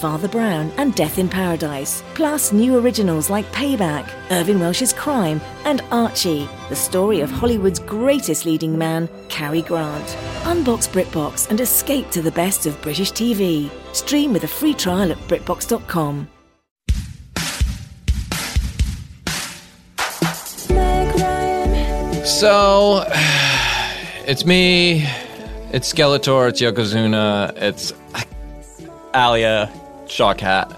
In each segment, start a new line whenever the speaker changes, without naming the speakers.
Father Brown, and Death in Paradise, plus new originals like Payback, Irving Welsh's Crime, and Archie, the story of Hollywood's greatest leading man, Cary Grant. Unbox BritBox and escape to the best of British TV. Stream with a free trial at BritBox.com.
So, it's me, it's Skeletor, it's Yokozuna, it's Alia, Shawcat,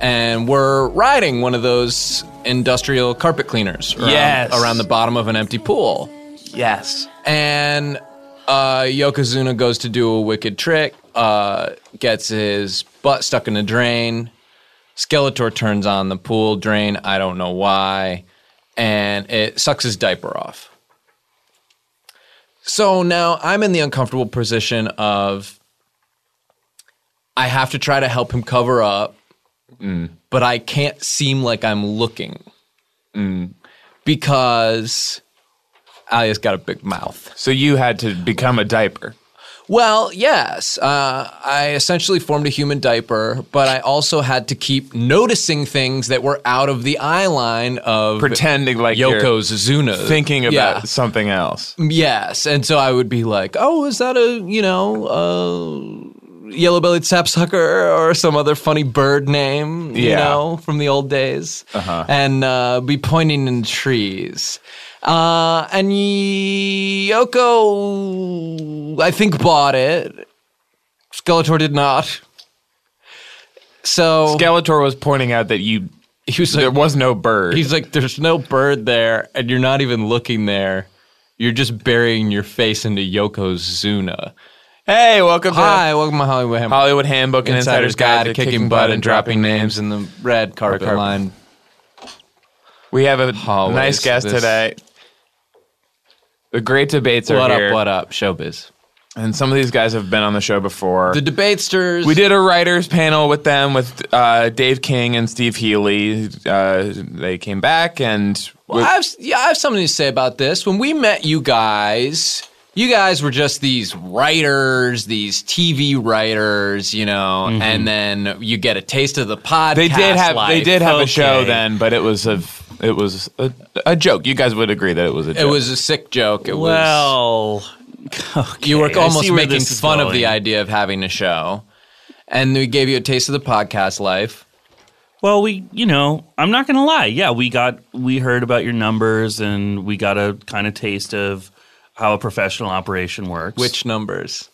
and we're riding one of those industrial carpet cleaners around,
Yes.
around the bottom of an empty pool.
Yes.
And uh, Yokozuna goes to do a wicked trick, uh, gets his butt stuck in a drain. Skeletor turns on the pool drain, I don't know why, and it sucks his diaper off. So now I'm in the uncomfortable position of I have to try to help him cover up, but I can't seem like I'm looking because Alia's got a big mouth.
So you had to become a diaper.
Well, yes. Uh, I essentially formed a human diaper, but I also had to keep noticing things that were out of the eye line of
Pretending like you're
Yoko's Zuna.
Thinking about
Yeah.
something else.
Yes. And so I would be like, oh, is that a, you know, uh, yellow bellied sapsucker or some other funny bird name, you
Yeah.
know, from the old days? And uh, be pointing in trees. Uh, and Yoko, I think, bought it. Skeletor did not. So
Skeletor was pointing out that you
he was
there
like,
was no bird.
He's like, there's no bird there, and you're not even looking there. You're just burying your face into Yokozuna.
hey, welcome to
Hi, welcome to Hollywood Ham-
Hollywood Handbook and Insider's Guide to Kicking Butt and Dropping Names.
in the red carpet,
carpet.
line.
We have a
Always
nice guest
this-
today. The great debates are
What
here,
up, what up, showbiz.
and some of these guys have been on the show before.
The debatesters.
We did a writers panel with them with uh, Dave King and Steve Healy. Uh, they came back and
Well, I have, yeah, I have something to say about this. When we met you guys, you guys were just these writers, these TV writers, you know, and then you get a taste of the podcast.
Mm-hmm. they did have they
life.
did have a show
Okay.
then, but it was a it was a, a joke. You guys would agree that it was a joke.
It was a sick joke. It was
Well,
you were
okay, I
almost
see where
making
this is
fun of the
going.
idea of having a show, and we gave you a taste of the podcast life.
well, we, you know, I'm not gonna lie. Yeah, we got we heard about your numbers, and we got a kind of taste of how a professional operation works.
Which numbers?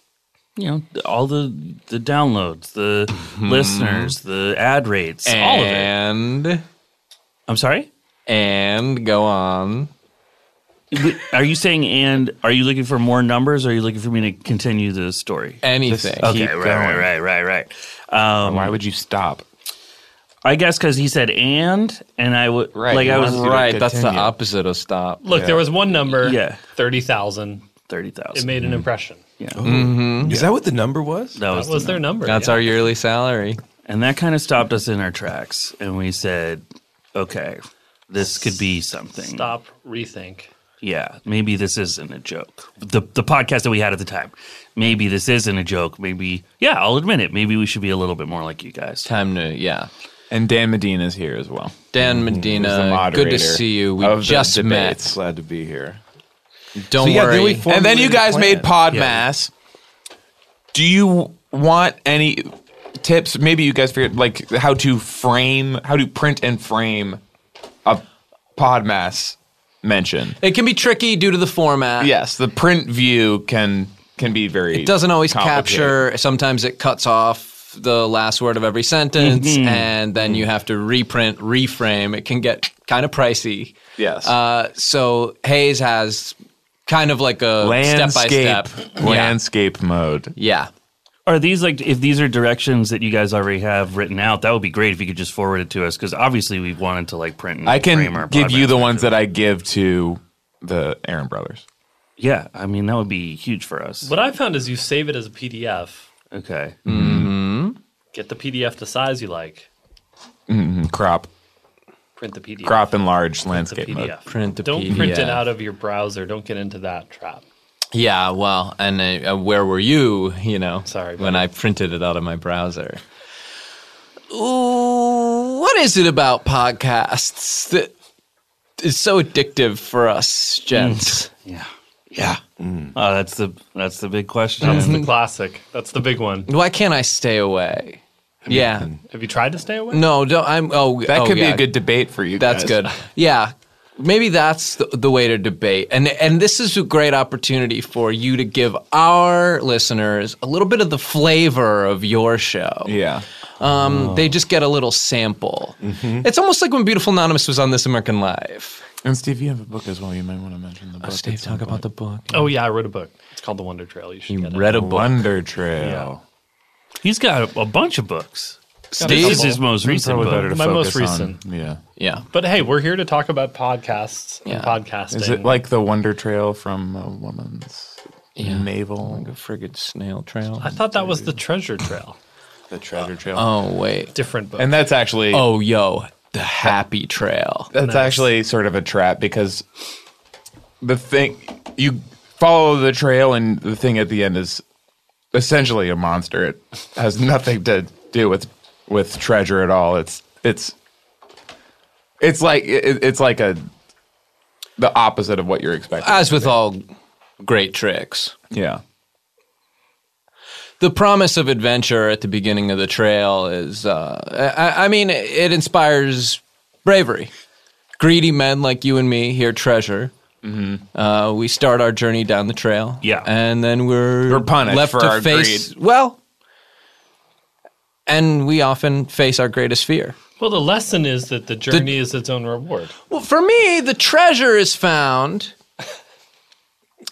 you know, all the the downloads, the listeners, the ad rates, all of it.
and, all of it.
I'm sorry.
And go on.
Are you saying and are you looking for more numbers? Or are you looking for me to continue the story?
Anything.
Okay,
Keep
right,
going.
right, right, right, right. Um,
Why would you stop?
I guess because he said and, and I would
Right,
like
he
I was
wants you to
right. That's the
continue.
opposite of stop.
Look, there was one number,
Yeah.
30,000.
thirty
It
thousand.
made an impression.
Is that what the number was?
that
That
was,
was,
the
their number.
That's
yeah.
our yearly salary.
And that kind of stopped us in our tracks. And we said, okay, this could be something.
Stop, rethink.
Yeah, maybe this isn't a joke. The, the podcast that we had at the time, maybe this isn't a joke. Maybe, yeah, I'll admit it. Maybe we should be a little bit more like you guys.
Time to yeah.
And Dan Medina is here as well.
Mm-hmm.
Dan Medina, Uh, good to see you. We just met.
Glad to be here.
Don't
So, yeah, then we
worry.
formed-
and then you guys
Formulated
made Podmass. Do you want any tips? Maybe you guys figured like how to frame, how to print and frame a Podmass mention.
it can be tricky due to the format.
Yes, the print view can can be very.
It doesn't always
complicated.
capture. Sometimes it cuts off the last word of every sentence,
Mm-hmm.
and then you have to reprint, reframe. It can get kind of pricey.
Yes.
Uh, so Hayes has kind of like a step by
landscape
step.
landscape mode.
Yeah.
Are these like, if these are directions that you guys already have written out, that would be great if you could just forward it to us. Cause obviously we wanted to like print and
I
frame our
can give you
podcast.
the ones that I give to the Aaron brothers.
Yeah, I mean, that would be huge for us.
What I found is you save it as a PDF
Mm.
Okay.
Get the PDF to size you like.
crop,
Print the PDF.
crop, enlarge
the
landscape mode.
PDF.
Print the
Don't print it
PDF.
out of your browser. Don't get into that trap.
Yeah, well, and uh, uh, where were you, you know,
Sorry,
when
buddy.
I printed it out of my browser? Ooh, what is it about podcasts that is so addictive for us gents?
Yeah.
Yeah,
Oh, that's the that's the big question.
That's the classic. That's the big one.
Why can't I stay away? Yeah.
Have you tried to stay away?
No, don't I'm oh
that
oh,
could be
yeah.
a good debate for you.
That's
guys.
good. Yeah. Maybe that's the, the way to debate. And and this is a great opportunity for you to give our listeners a little bit of the flavor of your show.
Yeah,
Um,
Oh.
They just get a little sample.
Mm-hmm.
It's almost like when Beautiful Anonymous was on This American Life.
and Steve, you have a book as well. You might want to mention the book.
Uh, Steve, talk about the book.
Oh yeah, I wrote a book. It's called The Wonder Trail. You should
You
get
read
it.
a book.
Wonder Trail.
He's got a, a bunch of books. This is
Steve?
his most recent
Probably better
book.
to
My most
focus on-
recent.
Yeah.
Yeah.
But hey, we're here to talk about podcasts
Yeah.
and podcasting.
Is it like the Wonder Trail from a woman's navel?
A friggin' snail trail.
I thought that was the Treasure Trail.
The treasure trail.
Oh, wait.
Different book.
and that's actually
Oh, yo. The happy trail.
that's actually sort of a trap because the thing you follow the trail and the thing at the end is essentially a monster. It has nothing to do with with treasure at all. It's it's it's like it, it's like a the opposite of what you're expecting.
As with all great tricks.
yeah.
the promise of adventure at the beginning of the trail is uh, I, I mean it inspires bravery greedy men like you and me here treasure
Mm-hmm.
uh, we start our journey down the trail
Yeah.
and then we're,
We're punished
left
for
to
our
face well and we often face our greatest fear
well, the lesson is that the journey is its own reward.
well for me the treasure is found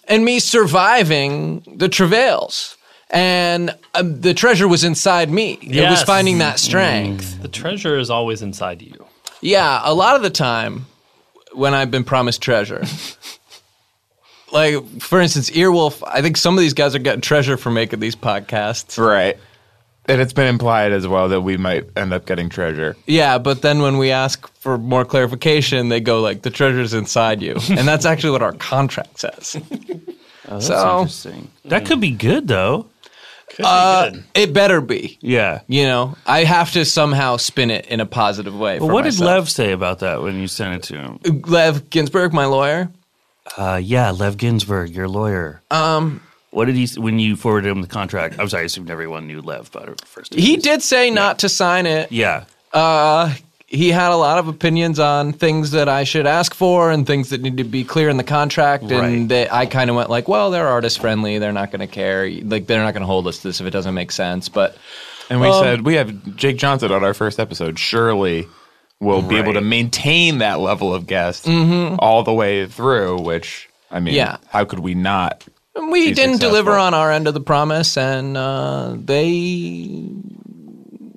and me surviving the travails and um, the treasure was inside me it was
Yes. Mm-hmm.
finding that strength
The treasure is always inside you.
Yeah, a lot of the time when I've been promised treasure. like, for instance, Earwolf, I think some of these guys are getting treasure for making these podcasts.
Right. And it's been implied as well that we might end up getting treasure.
Yeah, but then when we ask for more clarification, they go like, the treasure's inside you. And that's actually what our contract says. so
Interesting. That could be good though.
Could be
Uh,
good.
it better be.
Yeah.
You know, I have to somehow spin it in a positive way.
But
for
what did
myself.
Lev say about that when you sent it to him?
Lev Ginsburg, my lawyer?
Uh, yeah, Lev Ginsburg, your lawyer. Um, what did he s- when you forwarded him the contract? I'm sorry, I assumed everyone knew Lev, but at first
He did say not to sign it.
Yeah,
uh, he had a lot of opinions on things that I should ask for and things that need to be clear in the contract.
Right.
And they, I kind of went like, well, they're artist friendly. They're not going to care. Like, they're not going to hold us to this if it doesn't make sense. But
And we said we have Jake Johnson on our first episode. Surely we'll be able to
Right.
maintain that level of guest all the way through, which I mean,
Yeah.
how could we not?
we
Be
didn't
successful.
deliver on our end of the promise, and uh, they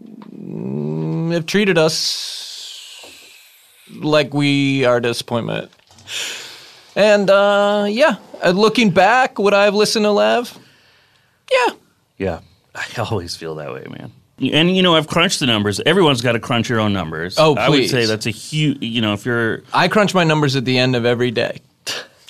mm, have treated us like we are disappointment. And uh, yeah, uh, looking back, would I have listened to Lev? Yeah.
yeah. I always feel that way, man. And you know, I've crunched the numbers. Everyone's got to crunch your own numbers.
Oh,
I would
please.
say that's a huge. You know, if you're
I crunch my numbers at the end of every day.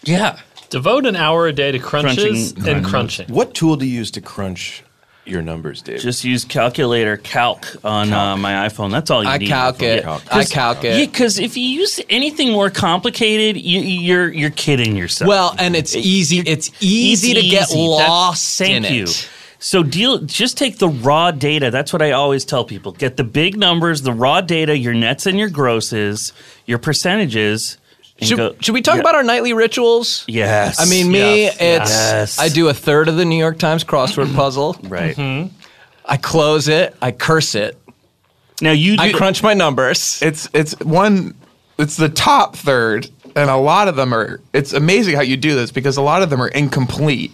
Yeah. Devote an hour a day to crunches
Crunching.
and crunching.
What tool do you use to crunch your numbers, Dave?
just use calculator calc on Uh, my iPhone, that's all you
I
need.
calc it. I calc
Yeah,
it.
because if you use anything more complicated, you, you're you're kidding yourself.
Well, and it's easy. It's
It's
easy, to get
easy. That's-
lost
thank
in
you.
it.
So deal. Just take the raw data. That's what I always tell people. Get the big numbers, the raw data, your nets and your grosses, your percentages. and
Should,
go-
should we talk
Yeah.
about our nightly rituals?
Yes.
I mean, me,
Yes.
it's
Yes.
I do a third of the New York Times crossword puzzle. Mm-hmm.
right
I close it. I curse it.
now you. Do,
I crunch my numbers.
It's it's one it's the top third and a lot of them are it's amazing how you do this because a lot of them are incomplete.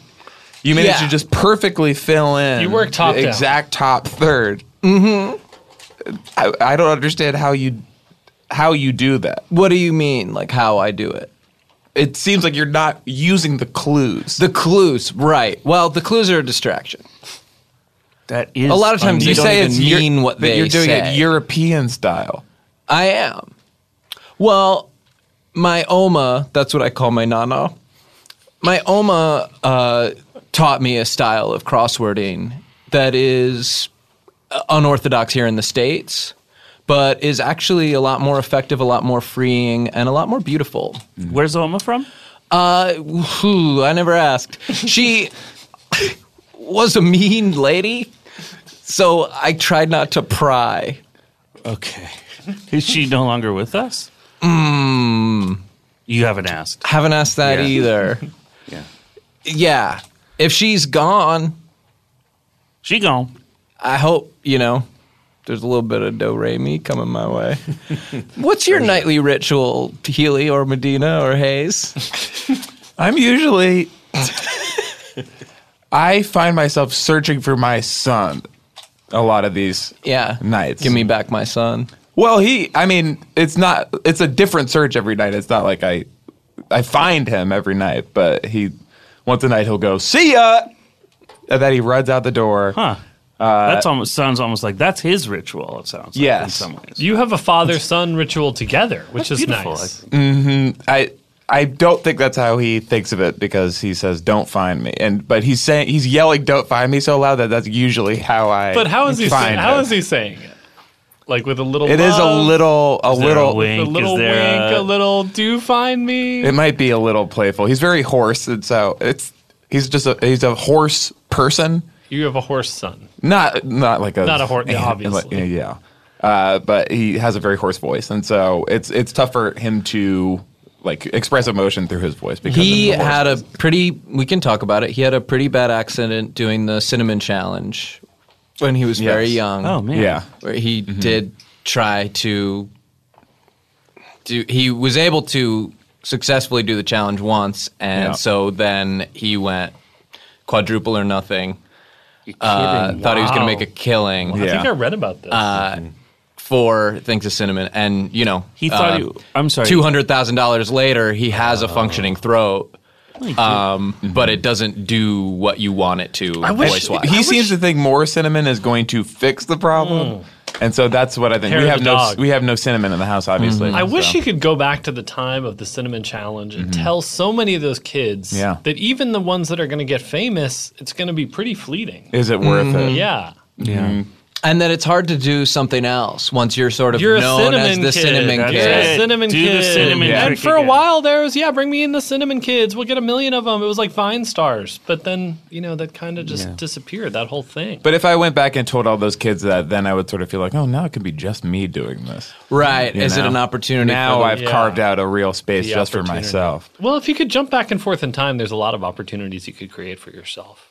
You manage
Yeah.
to just perfectly fill in
You work top
the
down.
exact top third. Mm-hmm. I, I don't understand how you how you do that.
What do you mean? Like how I do it?
it seems like you're not using the clues.
The clues, right? Well, the clues are a distraction.
That is
A lot of times
unusual.
they
you
don't
say
even
it's Eu-
mean what
that
they
you're doing
say.
it European style.
I am. Well, my oma, that's what I call my nana. My oma uh, taught me a style of crosswording that is uh, unorthodox here in the States, but is actually a lot more effective, a lot more freeing, and a lot more beautiful.
Where's Oma from?
Uh, whew, I never asked. She was a mean lady, so I tried not to pry.
Okay. Is she no longer with us?
Hmm.
You haven't asked.
Haven't asked that
Yeah.
either.
Yeah.
Yeah. If she's gone,
She gone.
I hope, you know, there's a little bit of do re mi coming my way. What's your nightly ritual, Healy or Medina or Hayes?
I'm usually. I find myself searching for my son a lot of these
Yeah.
nights.
Give me back my son.
Well, he. I mean, it's not. It's a different search every night. It's not like I. I find him every night, but he. Once a night, he'll go see ya, and then he runs out the door.
Huh. That's
Uh,
almost sounds almost like that's his ritual. It sounds. Like,
Yes.
In some ways.
You have a father son ritual together, which is
beautiful,
nice.
I. I don't think that's how he thinks of it because he says "Don't find me," and but he's saying he's yelling "Don't find me" so loud that that's usually how I.
But how is he? Say,
Find
how
him.
is he saying it? Like with a little.
It
love,
is a little, a
Is there
little.
a wink?
a little
Is
wink,
there
a little. Do find me.
It might be a little playful. He's very hoarse, and so it's he's just a he's a hoarse person,
you have a horse son.
not not like a
Not a hoarse- yeah,
like,
obviously.
yeah. Uh, but he has a very hoarse voice, and so it's it's tough for him to like express emotion through his voice because
He
of the hoarse-
had a pretty, we can talk about it. He had a pretty bad accident doing the cinnamon challenge when he was very
Yes.
young.
Oh man.
yeah.
where he did try to do he was able to successfully do the challenge once and
Yeah.
so then he went quadruple or nothing uh, thought he was going to
Wow.
make a killing
I think
Yeah.
I read about this.
for things of cinnamon and you know uh,
He thought he- I'm sorry.
$200000 later he has a functioning throat um, but it doesn't do what you want it to
wish- Mm.
voice wise
He seems to think more cinnamon is going to fix the problem, and so that's what I think.
Hair
we
of
have
the
no
dog. Mm-hmm.
we have no cinnamon in the house, obviously.
I wish
so.
you could go back to the time of the cinnamon challenge and tell so many of those kids
Yeah.
that even the ones that are going to get famous, it's going to be pretty fleeting.
Is it Mm. worth it?
Yeah.
and that it's hard to do something else once you're sort of
You're a
known as
cinnamon
the
kid.
cinnamon
That's
kid
it.
Yeah, cinnamon
Do the
kids.
cinnamon
Yeah.
trick
And for a
again.
while there was, yeah, bring me in the cinnamon kids. We'll get a million of them. It was like Vine Stars. But then, you know, that kind of just disappeared, that whole thing.
But if I went back and told all those kids that, then I would sort of feel like, oh, now it could be just me doing this.
Right.
You
Is it
know?
an opportunity? Oh,
Now
for the-
I've
Yeah.
carved out a real space
The
just for
opportunity.
myself.
well, if you could jump back and forth in time, there's a lot of opportunities you could create for yourself.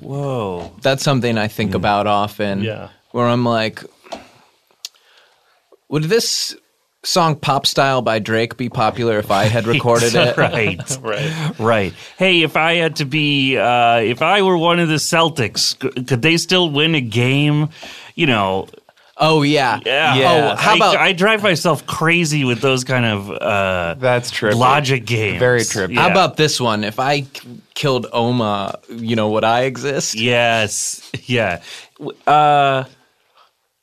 Whoa.
that's something I
Mm.
think about often.
Yeah.
Where I'm like, would this song "Pop Style" by Drake be popular if I had recorded it?
right.
Right.
Right. Hey, if I had to be, uh, if I were one of the Celtics, c- could they still win a game? You know,
Oh yeah.
yeah.
Oh, how
I,
about
I drive myself crazy with those kind of uh,
That's true.
logic games.
Very trippy.
how
Yeah.
about this one? If I k- killed Oma, you know, would I exist?
Yes. Yeah. W- Uh,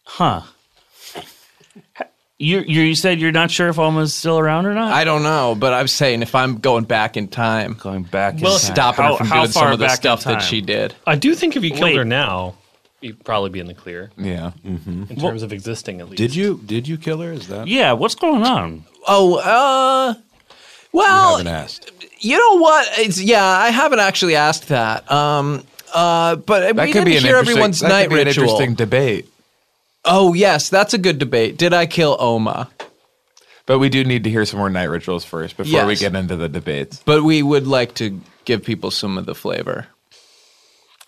huh. You you said you're not sure if Alma's still around or not.
I don't know, but I'm saying if I'm going back in time,
going back.
Well,
in time.
stopping
How-
her from
how
doing
far
some of the
back in
stuff
time?
that she did.
I do think if you killed
Wait.
her now, you'd probably be in the clear
Yeah.
Mm.
in terms of existing at least.
Did you did you kill her? Is that
Yeah. What's going on?
Oh, uh,
I
well,
haven't asked?
You know what? It's, yeah, I haven't actually asked that. Um, uh, but
That
we didn't
could be an
hear
interesting-
everyone's
that
night
could be an
ritual.
interesting debate.
Oh yes, that's a good debate. Did I kill Oma?
But we do need to hear some more night rituals first before we
Yes.
get into the debates.
But we would like to give people some of the flavor.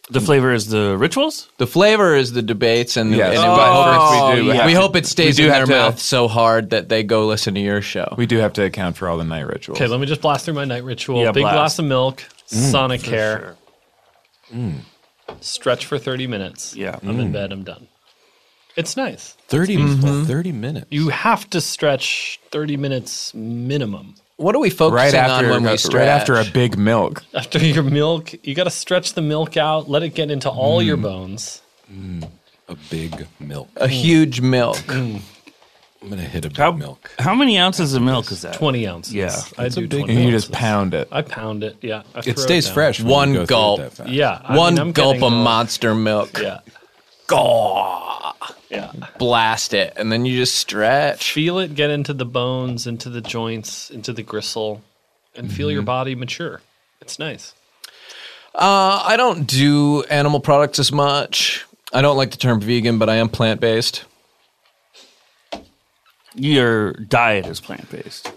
The flavor is the rituals.
The flavor is the debates, and,
Yes,
and
but first we do. have
we
to-
hope it stays
we do
in their
have to-
mouth so hard that they go listen to your show.
We do have to account for all the night rituals.
Okay, let me just blast through my night ritual.
Yeah,
Big
blast. Mm.
glass of milk, sonic hair. Stretch for 30 minutes.
Yeah. Mm.
I'm in bed, I'm done. It's nice.
30, 30 minutes.
You have to stretch 30 minutes minimum.
what are we
right
focusing
after,
on when we
right
stretch?
after a big milk.
Mm.
After your milk, you got to stretch the milk out, let it get into all your bones.
A big milk.
A huge milk.
I'm gonna hit a big
How,
milk.
how many ounces of milk is that?
20 ounces.
Yeah.
I
That's a
do
big
20
And you
ounces.
just pound it.
I pound it. Yeah. I throw
It stays
down.
fresh. when
One
you go through it
gulp.
that fast.
Yeah. I
One
mean, I'm
gulp
getting
of
all-
monster milk.
Yeah.
Gaw.
Yeah.
Blast it. And then you just stretch.
Feel it get into the bones, into the joints, into the gristle, and feel your body mature. It's nice.
Uh, I don't do animal products as much. I don't like the term vegan, but I am plant based.
Your diet is plant based.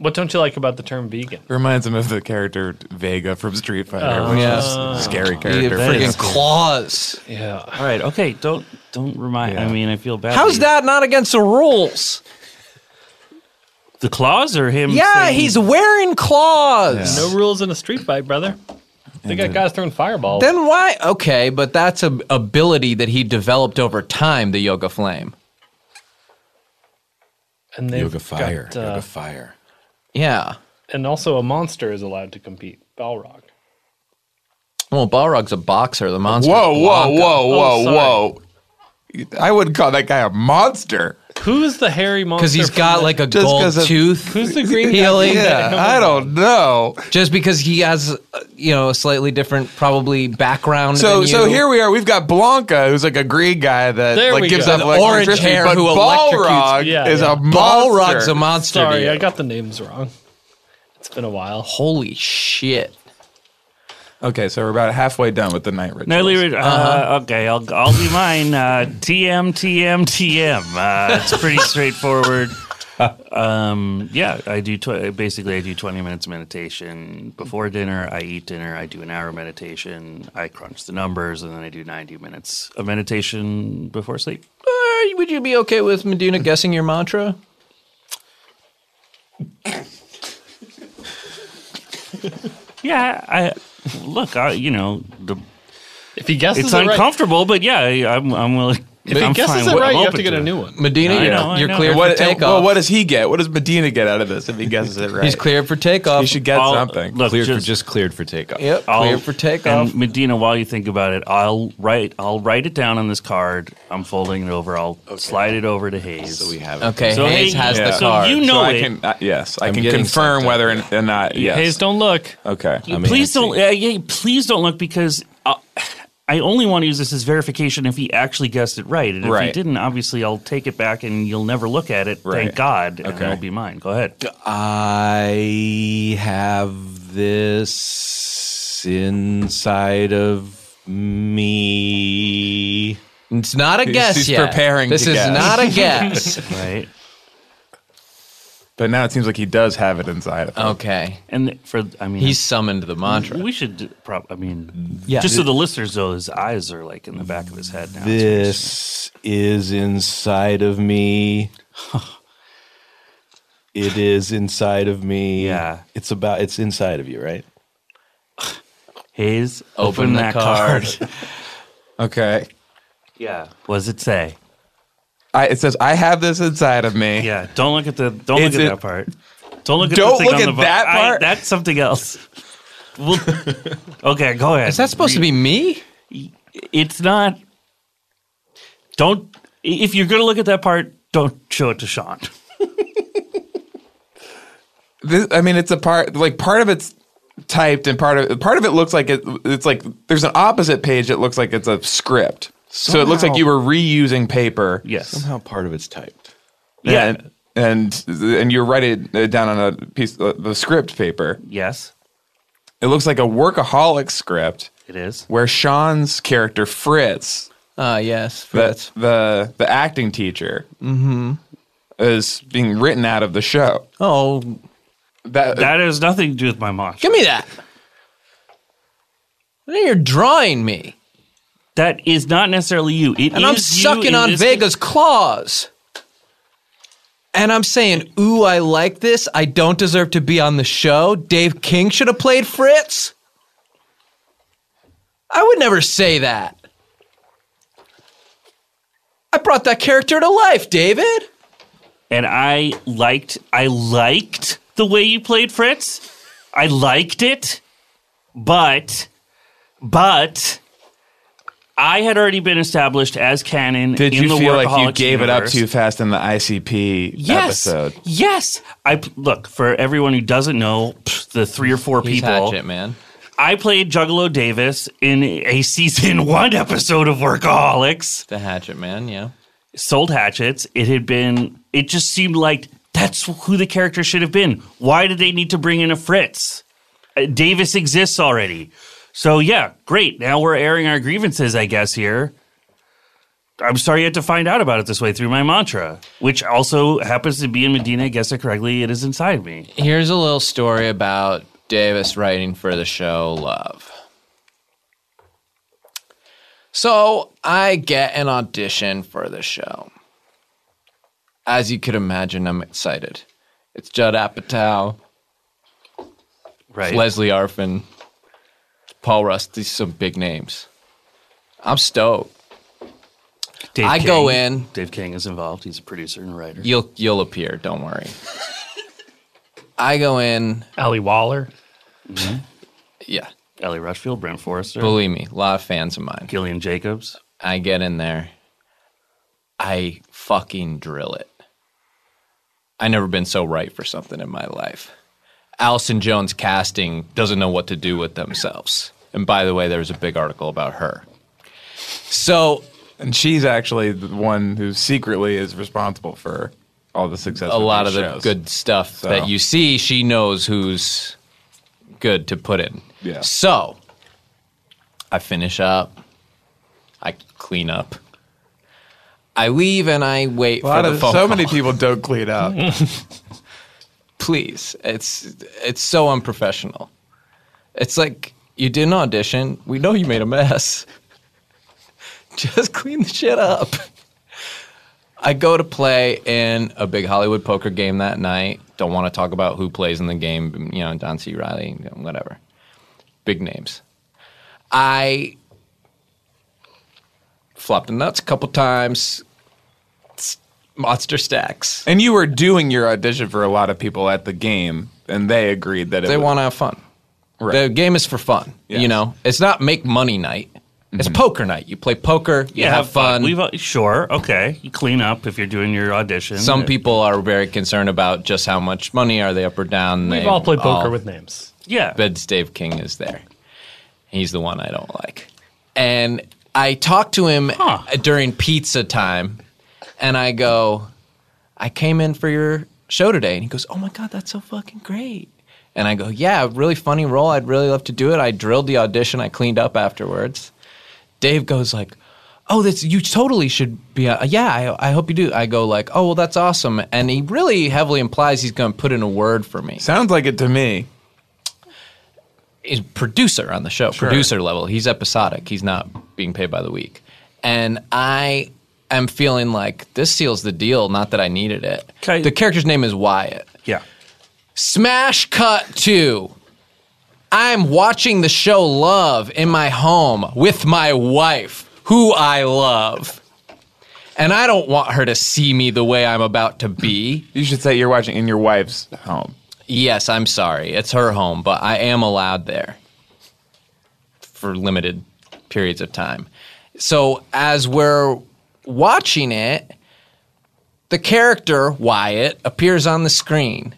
What don't you like about the term vegan?
Reminds him of the character Vega from Street Fighter. which
yeah.
is a scary
You have
character.
That is
freaking claws.
Yeah.
All right. Okay. Don't don't remind. I
Yeah.
mean, I feel bad.
How's
you-
that not against the rules?
The claws or him?
Yeah,
saying-
he's wearing claws.
No rules in a street fight, brother. They got guys throwing fireballs.
Then why? Okay, but that's a ability that he developed over time. The yoga flame.
and they've
Yoga fire.
got, uh,
yoga fire.
Yeah.
and also a monster is allowed to compete. Balrog.
Well, Balrog's a boxer. The monster.
Whoa, whoa,
Blanca.
whoa,
Oh,
whoa, whoa. I wouldn't call that guy a monster.
Who's the hairy monster?
Because he's
from
got
the-
like a
Just
gold
'cause of-
tooth.
Who's the green guy?
healing.
Yeah, I don't know.
Just because he has, uh, you know, a slightly different probably background.
So,
than
so
you.
here we are. We've got Blanca, who's like a Greek guy that
There we
like gives
go.
up
The
like,
orange
electricity,
hair
but
who electrocutes-
Balrog
Yeah,
is
yeah.
a monster.
Balrog's a monster. to
Sorry,
you.
I got the names wrong. It's been a while.
Holy shit!
Okay, so we're about halfway done with the night rituals.
No, Leroy, uh,
Uh-huh.
okay, I'll, I'll do mine. Uh, TM, TM, TM. Uh, it's pretty straightforward. Um, yeah, I do. Tw- basically, I do twenty minutes of meditation before dinner. I eat dinner. I do an hour of meditation. I crunch the numbers, and then I do ninety minutes of meditation before sleep.
Uh, would you be okay with Medina guessing your mantra?
Yeah, I look. I, you know, the,
If he guesses
it's
it right,
uncomfortable, but yeah, I, I'm, I'm willing.
if he
I'm
guesses
fine
it
with-
right,
I'm
you have
open
to get a
it.
new one.
Medina,
I
you're,
know, I
you're
know.
cleared
And
What,
for
and-
takeoff.
well, what does he get? What does Medina get out of this if he guesses it right?
He's cleared for takeoff.
He should get
I'll-
something.
Look,
Cleared
just,
for just cleared for takeoff.
Yep,
I'll-
cleared for takeoff.
And Medina, while you think about it, I'll write. I'll write it down on this card. I'm folding it over. I'll slide it over to Hayes.
So we have.
Okay,
So
Hayes
hey,
has
yeah.
the
so
card.
you know-
so I
it.
can, uh, yes, I
I'm
can
getting
confirm
something.
whether or not. Yes.
Hayes, don't look.
okay.
I'm
please
antsy.
don't. Uh, yeah, please don't look because uh, I only want to use this as verification if he actually guessed it right. And if he
Right.
didn't, obviously, I'll take it back and you'll never look at it.
Right.
Thank God. And
Okay.
it'll be mine. Go ahead.
I have this inside of me.
It's not a
He's-
guess
he's
yet.
preparing
This
to
is
guess.
not a guess.
Right.
But now it seems like he does have it inside of him.
okay.
And for I mean,
He's summoned the mantra.
We should. Prob- I mean,
Yeah.
just so the listeners know, his eyes are like in the back of his head now.
This is inside of me. It is inside of me.
Yeah.
It's about it's inside of you, right?
Hayes,
Open
open,
the
that card.
Okay.
yeah. What does it say?
I, it says, "I have this inside of me."
Yeah. Don't look at the. Don't look
Is
at
it-
that part. Don't look at.
Don't
the thing
look
on
at
the bo-
that
I-
part?
that's something else. Well, okay, go ahead.
Is that supposed to be me?
It's not. Don't. If you're gonna look at that part, don't show it to Sean.
This, I mean, it's a part like part of it's typed and part of part of it looks like it, it's like there's an opposite page that looks like it's a script. so it looks like
Somehow-
you were reusing paper.
Yes.
Somehow part of it's typed.
Yeah.
And and, and you write it uh, down on a piece of the script paper.
Yes.
It looks like a workaholic script
It is.
where Sean's character Fritz,
Ah, yes.
the
Fritz.
the, the acting teacher, is being written out of the show.
Oh,
That,
That has nothing to do with my mantra.
give me that. Now You're drawing me,
That is not necessarily you. It
and I'm
is you
sucking
in
on
this-
Vega's claws. And I'm saying, ooh, I like this. I don't deserve to be on the show. Dave King should have played Fritz. I would never say that. I brought that character to life, David.
and I liked I liked the way you played Fritz. I liked it, but but I had already been established as canon.
Did
in
you
the
feel like you
Workaholics
gave it up
universe.
too fast in the ICP
Yes.
episode?
Yes. I p- look for everyone who doesn't know pff, the three or four
He's
people.
hatchet, man.
I played Juggalo Davis in a season one episode of Workaholics.
The hatchet, man. Yeah.
Sold hatchets. It had been. It just seemed like that's who the character should have been. Why did they need to bring in a Fritz? Uh, Davis exists already. So yeah, great. Now we're airing our grievances, I guess. Here. I'm sorry you had to find out about it this way through my mantra, which also happens to be in Medina. I guess it correctly. It is inside me.
Here's a little story about Davis writing for the show Love. So I get an audition for the show. As you could imagine, I'm excited. It's Judd Apatow,
Right.
it's Leslie Arfin, it's Paul Rust. These are some big names. I'm stoked.
Dave
I go in.
Dave King is involved. He's a producer and writer.
You'll you'll appear. Don't worry. I go in.
Ali Waller.
Yeah,
Ellie Rushfield, Brent Forrester,
believe me, a lot of fans of mine.
Gillian Jacobs.
I get in there. I fucking drill it. I never been so right for something in my life. Allison Jones casting doesn't know what to do with themselves. And by the way, there was a big article about her. So
And she's actually the one who secretly is responsible for all the success.
a lot of
these
the
shows.
good stuff
So-
that you see, she knows who's good to put in.
Yeah.
So I finish up. I clean up. I leave and I wait
A lot
for the
of
phone
so
call.
many people don't clean up.
please it's it's so unprofessional it's like you did an audition we know you made a mess just clean the shit up i go to play in a big hollywood poker game that night don't want to talk about who plays in the game you know don c riley you know, whatever big names i flopped the nuts a couple times S- monster stacks
and you were doing your audition for a lot of people at the game, and they agreed that it
they
was-
want to have fun.
Right.
The game is for fun. You
Yes. Mm-hmm.
know, it's not make money night. It's poker night. You play poker. You have fun.
We've uh, sure okay. You clean up if you're doing your audition. Uh,
Some people are very concerned about just how much money are they up or down.
We've
They
all played
Oh.
poker with names.
yeah.
Beds Dave King is there. He's the one I don't like. And I talked to him
Huh.
during pizza time and I go, I came in for your show today. And he goes, Oh my God, that's so fucking great. And I go, Yeah, really funny role. I'd really love to do it. I drilled the audition, I cleaned up afterwards. Dave goes like, "Oh, that's you totally should be." A, yeah, I, I hope you do. I go like, "Oh, well, that's awesome," and he really heavily implies he's going to put in a word for me
Sounds like it to me.
is producer on the show, producer level. He's episodic. He's not being paid by the week. And I am feeling like this seals the deal, not that I needed it.
'Kay.
The character's name is Wyatt.
yeah.
Smash cut to I'm watching the show Love in my home with my wife, who I love. And I don't want her to see me the way I'm about to be.
You should say you're watching in your wife's home.
Yes, I'm sorry. It's her home, but I am allowed there for limited periods of time. So as we're watching it, the character Wyatt appears on the screen.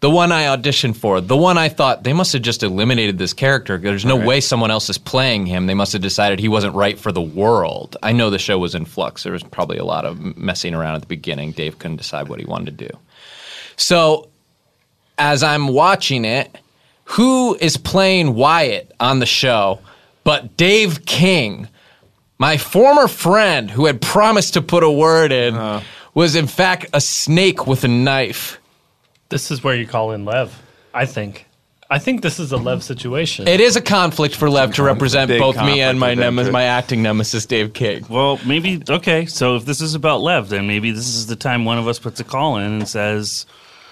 The one I auditioned for, the one I thought they must have just eliminated this character. There's no way someone else is playing him. They must have decided he wasn't right for the world. I know the show was in flux. There was probably a lot of messing around at the beginning. Dave couldn't decide what he wanted to do. So as I'm watching it, who is playing Wyatt on the show but Dave King, my former friend who had promised to put a word in, was in fact a snake with a knife.
This is where you call in Lev, I think. I think this is a Lev situation.
It is a conflict for Lev to represent
big
both me and
conflict
my
of
nemesis,
interest.
my acting nemesis, Dave King.
Well, maybe okay. So if this is about Lev, then maybe this is the time one of us puts a call in and says,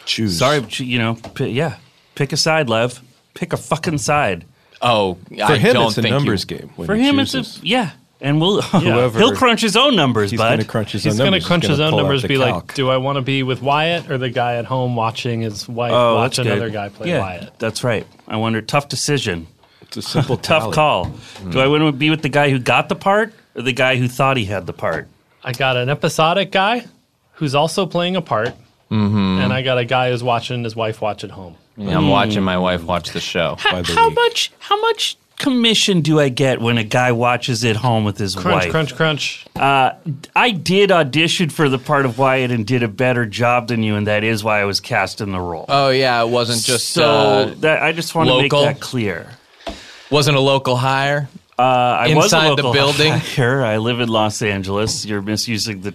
Choose.
"Sorry, but you- you know, p- yeah, pick a side, Lev. Pick a fucking side."
Oh,
For
I
him,
don't
it's a
think
numbers
you,
game. when
For
he
him, it's
chooses.
a yeah. And we'll
Whoever-
he'll crunch his own numbers,
He's going to
bud.
crunch his
He's
own
going to
numbers.
crunch his
gonna
own
pull out
numbers
the
be
calc.
like, do I want to be with Wyatt or the guy at home watching his wife
Oh,
watch
that's good.
another guy play
yeah,
Wyatt?
That's right. I wonder. Tough decision.
it's a simple
Tough
tally. Hmm.
call. Do I want to be with the guy who got the part the guy who thought he had the part?
I got an episodic guy who's also playing a part, and I got a guy who's watching his wife watch at home.
Yeah, I'm watching my wife watch the show.
How, how much? How much commission do I get when a guy watches it home with his
Crunch,
wife?
crunch, crunch.
I did audition for the part of Wyatt and did a better job than you, and that is why I was cast in the role.
Oh yeah, it wasn't just
so
uh,
that I just want to make
local?
that clear.
wasn't a local hire.
Uh, I
Inside the
was a local
building?
hacker. I live in Los Angeles. You're misusing the.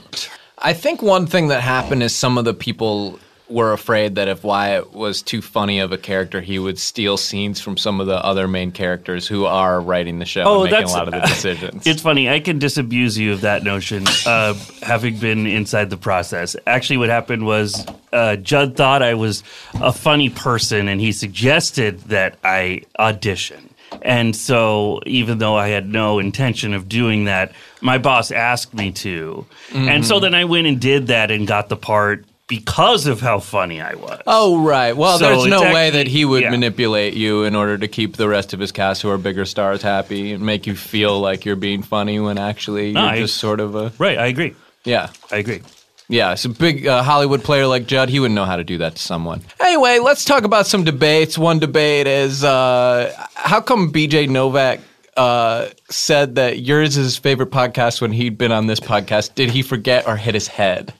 I think one thing that happened is some of the people were afraid that if Wyatt was too funny of a character, he would steal scenes from some of the other main characters who are writing the show
Oh,
and making a
that's-
lot of the decisions.
It's funny. I can disabuse you of that notion, uh, having been inside the process. Actually, what happened was uh, Judd thought I was a funny person, and he suggested that I audition. And so, even though I had no intention of doing that, my boss asked me to. And so then I went and did that and got the part because of how funny I was.
Oh right. Well,
So
there's
it's
no way
actually-
that he would
yeah.
manipulate you in order to keep the rest of his cast, who are bigger stars, happy and make you feel like you're being funny when actually you're
No, I-
just sort of a
Right. I agree.
yeah.
I agree.
Yeah, so big uh, Hollywood player like Judd, he wouldn't know how to do that to someone. Anyway, let's talk about some debates. One debate is uh, how come BJ Novak uh, said that yours is his favorite podcast when he'd been on this podcast? Did he forget or hit his head?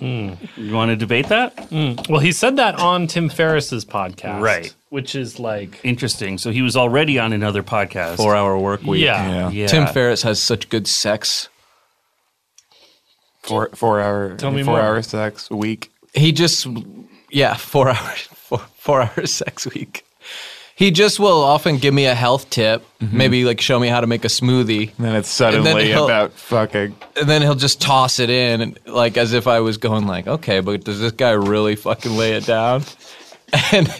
You want to debate that?
Well, he said that on Tim Ferriss's podcast,
Right.
Which is like,
Interesting. So he was already on another podcast.
Four hour work week.
yeah.
Yeah.
Tim Ferriss has such good sex.
Four four hour
Tell me
four
more.
hour sex a week.
He just, yeah, four hours, four, four hours sex week. He just will often give me a health tip, maybe like show me how to make a smoothie.
And then it's suddenly
he'll-
about fucking.
and then he'll just toss it in and, like as if I was going like, okay, but does this guy really fucking lay it down? And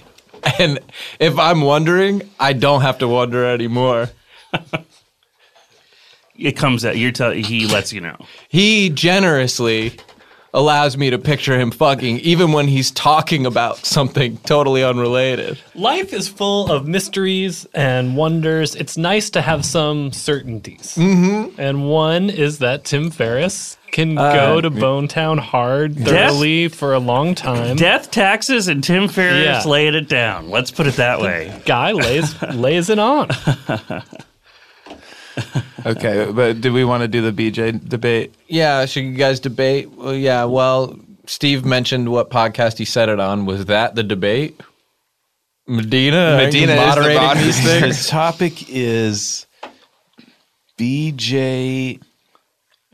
and if I'm wondering, I don't have to wonder anymore.
It comes out. You're tell he lets you know.
He generously allows me to picture him fucking even when he's talking about something totally unrelated.
life is full of mysteries and wonders. It's nice to have some certainties,
Mm-hmm.
and one is that Tim Ferriss can
Uh,
go to Bone Town hard thoroughly for a long time.
Death, taxes, and Tim Ferriss
Yeah.
laying it down. Let's put it that way.
Guy lays lays it on.
Okay, but do we want to do the BJ debate?
Yeah, should you guys debate? Well, yeah, well, Steve mentioned what podcast he said it on. Was that the debate? Medina,
Medina is the
moderating
mod-
these
the
things.
topic is BJ.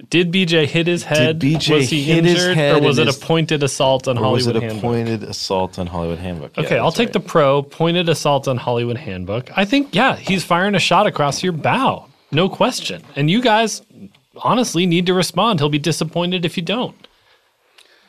Did BJ hit his head?
BJ
was he
hit
injured,
his head
or was it
and
a
his-
pointed assault on
Or was
Hollywood
it a
Handbook?
pointed assault on Hollywood Handbook? Yeah,
okay, I'll
that's
take
right.
the pro pointed assault on Hollywood Handbook. I think yeah, he's firing a shot across your bow, no question. And you guys honestly need to respond. He'll be disappointed if you don't.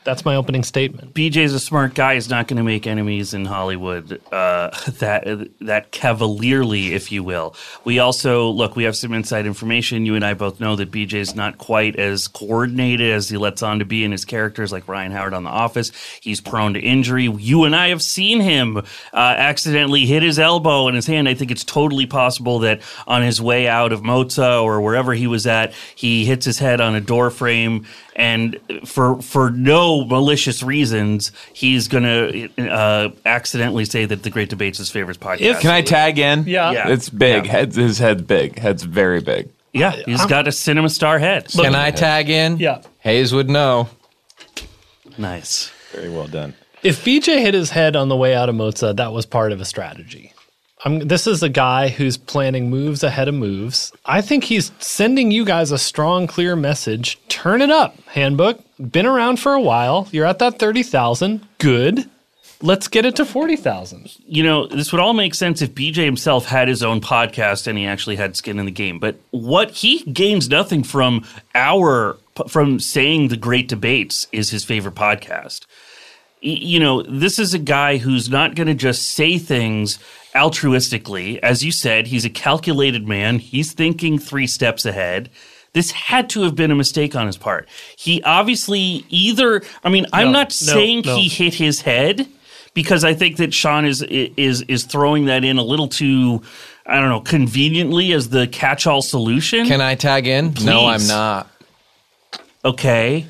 That's my opening statement.
BJ's a smart guy. He's not going to make enemies in Hollywood uh, that that cavalierly, if you will. We also look. We have some inside information. You and I both know that BJ's not quite as coordinated as he lets on to be in his characters, like Ryan Howard on The Office. He's prone to injury. You and I have seen him uh, accidentally hit his elbow in his hand. I think it's totally possible that on his way out of Moza or wherever he was at, he hits his head on a door frame and for for no malicious reasons, he's gonna uh, accidentally say that the Great Debates is favorite podcast.
Can I tag in?
Yeah.
Yeah.
It's big.
Yeah.
Heads, his head's big. Head's very big.
yeah, he's got a cinema star head.
Can I tag in?
Yeah.
Hayes would know.
nice.
Very well done.
If BJ hit his head on the way out of Moza, that was part of a strategy. I'm, this is a guy who's planning moves ahead of moves. I think he's sending you guys a strong, clear message. Turn it up, handbook. Been around for a while. You're at that 30,000. Good. Let's get it to 40,000.
you know, this would all make sense if BJ himself had his own podcast and he actually had skin in the game. But what he gains nothing from our from saying the great debates is his favorite podcast. Y- You know, this is a guy who's not going to just say things altruistically. As you said, he's a calculated man. He's thinking three steps ahead. This had to have been a mistake on his part. He obviously either, I mean, I'm
No,
not
no,
saying
no.
he hit his head because I think that Sean is is is throwing that in a little too, I don't know, conveniently as the catch-all solution.
Can I tag in? No, I'm
Please.
not.
okay,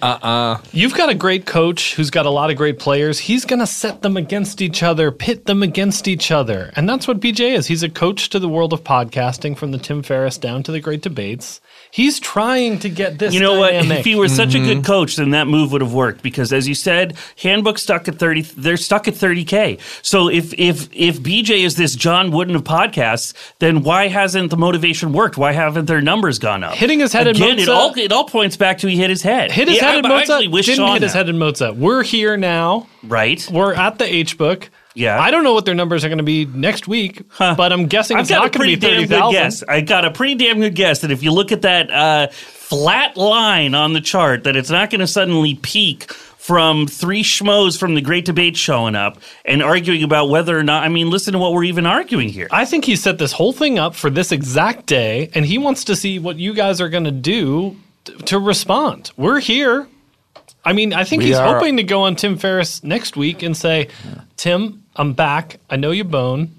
You've got a great coach who's got a lot of great players. He's going to set them against each other, pit them against each other. And that's what BJ is. He's a coach to the world of podcasting from the Tim Ferriss down to the great debates. He's trying to get this
you know what?
dynamic. Mm-hmm.
If he were such a good coach, then that move would have worked because, as you said, handbook stuck at thirty. They're stuck at thirty k. So if if if BJ is this John Wooden of podcasts, then why hasn't the motivation worked? Why haven't their numbers gone up?
Hitting his head at
again. It
Mozart-
all it all points back to he hit his head.
hit his
Yeah,
head at
I
Mozart.
actually wish
Didn't
Sean
hit his
that.
head at Mozart. We're here now.
right.
We're at the H book.
Yeah.
I don't know what their numbers are going to be next week, but I'm guessing
I've
it's
got a
not
pretty
going to be
damn good guess.
30,000.
I got a pretty damn good guess that if you look at that uh, flat line on the chart, that it's not going to suddenly peak from three schmoes from the Great Debate showing up and arguing about whether or not. I mean, listen to what we're even arguing here.
I think he set this whole thing up for this exact day, and he wants to see what you guys are going to do t- to respond. We're here. I mean, I think
We
he's
are-
hoping to go on Tim Ferriss next week and say, Tim, I'm back. I know you bone.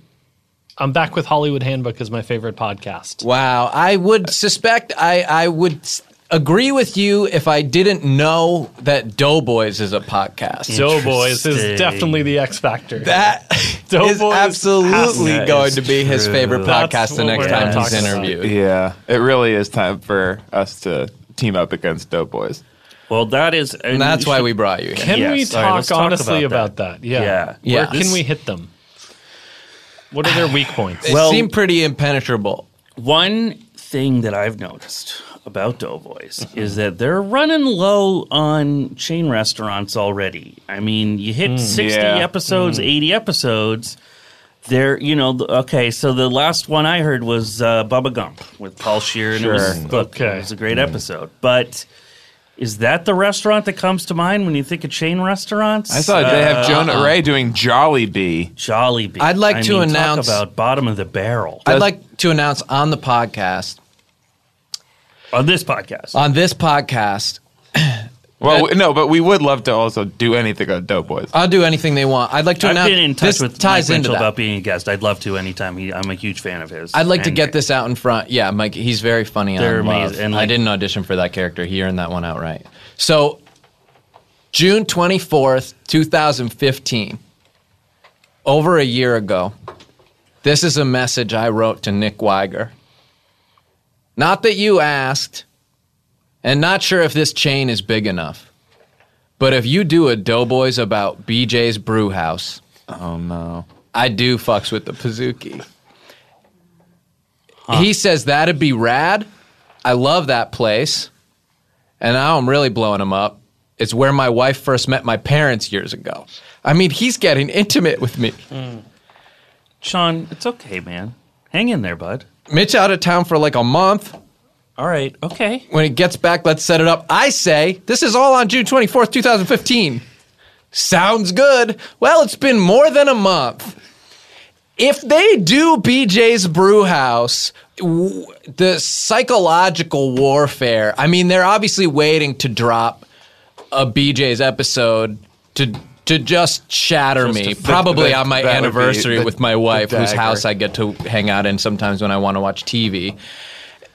I'm back with Hollywood Handbook as my favorite podcast.
Wow, I would suspect I I would s- agree with you if I didn't know that Doughboys is a podcast.
Mm. Doughboys
Interesting.
is definitely the X factor.
That is
Doughboys
absolutely
has-
going
That
to
is
be his
true.
favorite
That's
podcast the
what
next
we're
time he's
talking about.
interviewed.
Yeah, it really is time for us to team up against Doughboys.
Well, that is.
And that's why we brought you here.
Can
Yes,
we
all
talk
right, let's talk
honestly
about
about, that? Yeah.
Yeah.
Yeah.
Where can we hit them? What are their weak points?
They
Well-
seem pretty impenetrable.
One thing that I've noticed about Doughboys is that they're running low on chain restaurants already. I mean, you hit 60
Yeah.
episodes, 80 episodes. They're, you know, th- okay, so the last one I heard was uh, Bubba Gump with Paul Shear, and it was,
Sure.
look, it
Okay.
was a great episode. But is that the restaurant that comes to mind when you think of chain restaurants? Uh,
I saw they have Jonah Ray doing Jolly Bee.
Jolly Bee.
I'd like
I
to
mean, talk
announce-
about bottom of the barrel
I'd like to announce on the podcast,
on this podcast.
on this podcast,
Well, we- no, but we would love to also do anything on Doughboys. Uh,
I'll do anything they want. I'd like to
I've
announce
been in touch
this
with
ties
Mike
into
Mitchell
that.
about being a guest. I'd love to anytime. He, I'm a huge fan of his.
I'd like to
And
get this out in front. Yeah, Mike, he's very funny
They're
on Love.
amazing, and,
I
like-
didn't audition for that character. He earned that one outright. So, June 24th, 2015, over a year ago, this is a message I wrote to Nick Weiger. Not that you asked, and not sure if this chain is big enough, but if you do a Doughboys about BJ's Brew House,
Oh no.
I do fucks with the Pazuki. He says that'd be rad. I love that place. And now I'm really blowing him up. It's where my wife first met my parents years ago. I mean, he's getting intimate with me.
Sean, it's okay, man. Hang in there, bud.
Mitch out of town for like a month.
All right, okay.
When he gets back, let's set it up. I say, this is all on June 24th, 2015. Sounds good. Well, it's been more than a month. If they do BJ's Brew House, w- the psychological warfare, I mean, they're obviously waiting to drop a BJ's episode to to just shatter me,
to-
probably
that- that-
on my
that would be
anniversary
the-
with my
the
wife, whose
dagger.
house I get to hang out in sometimes when I want to watch TV.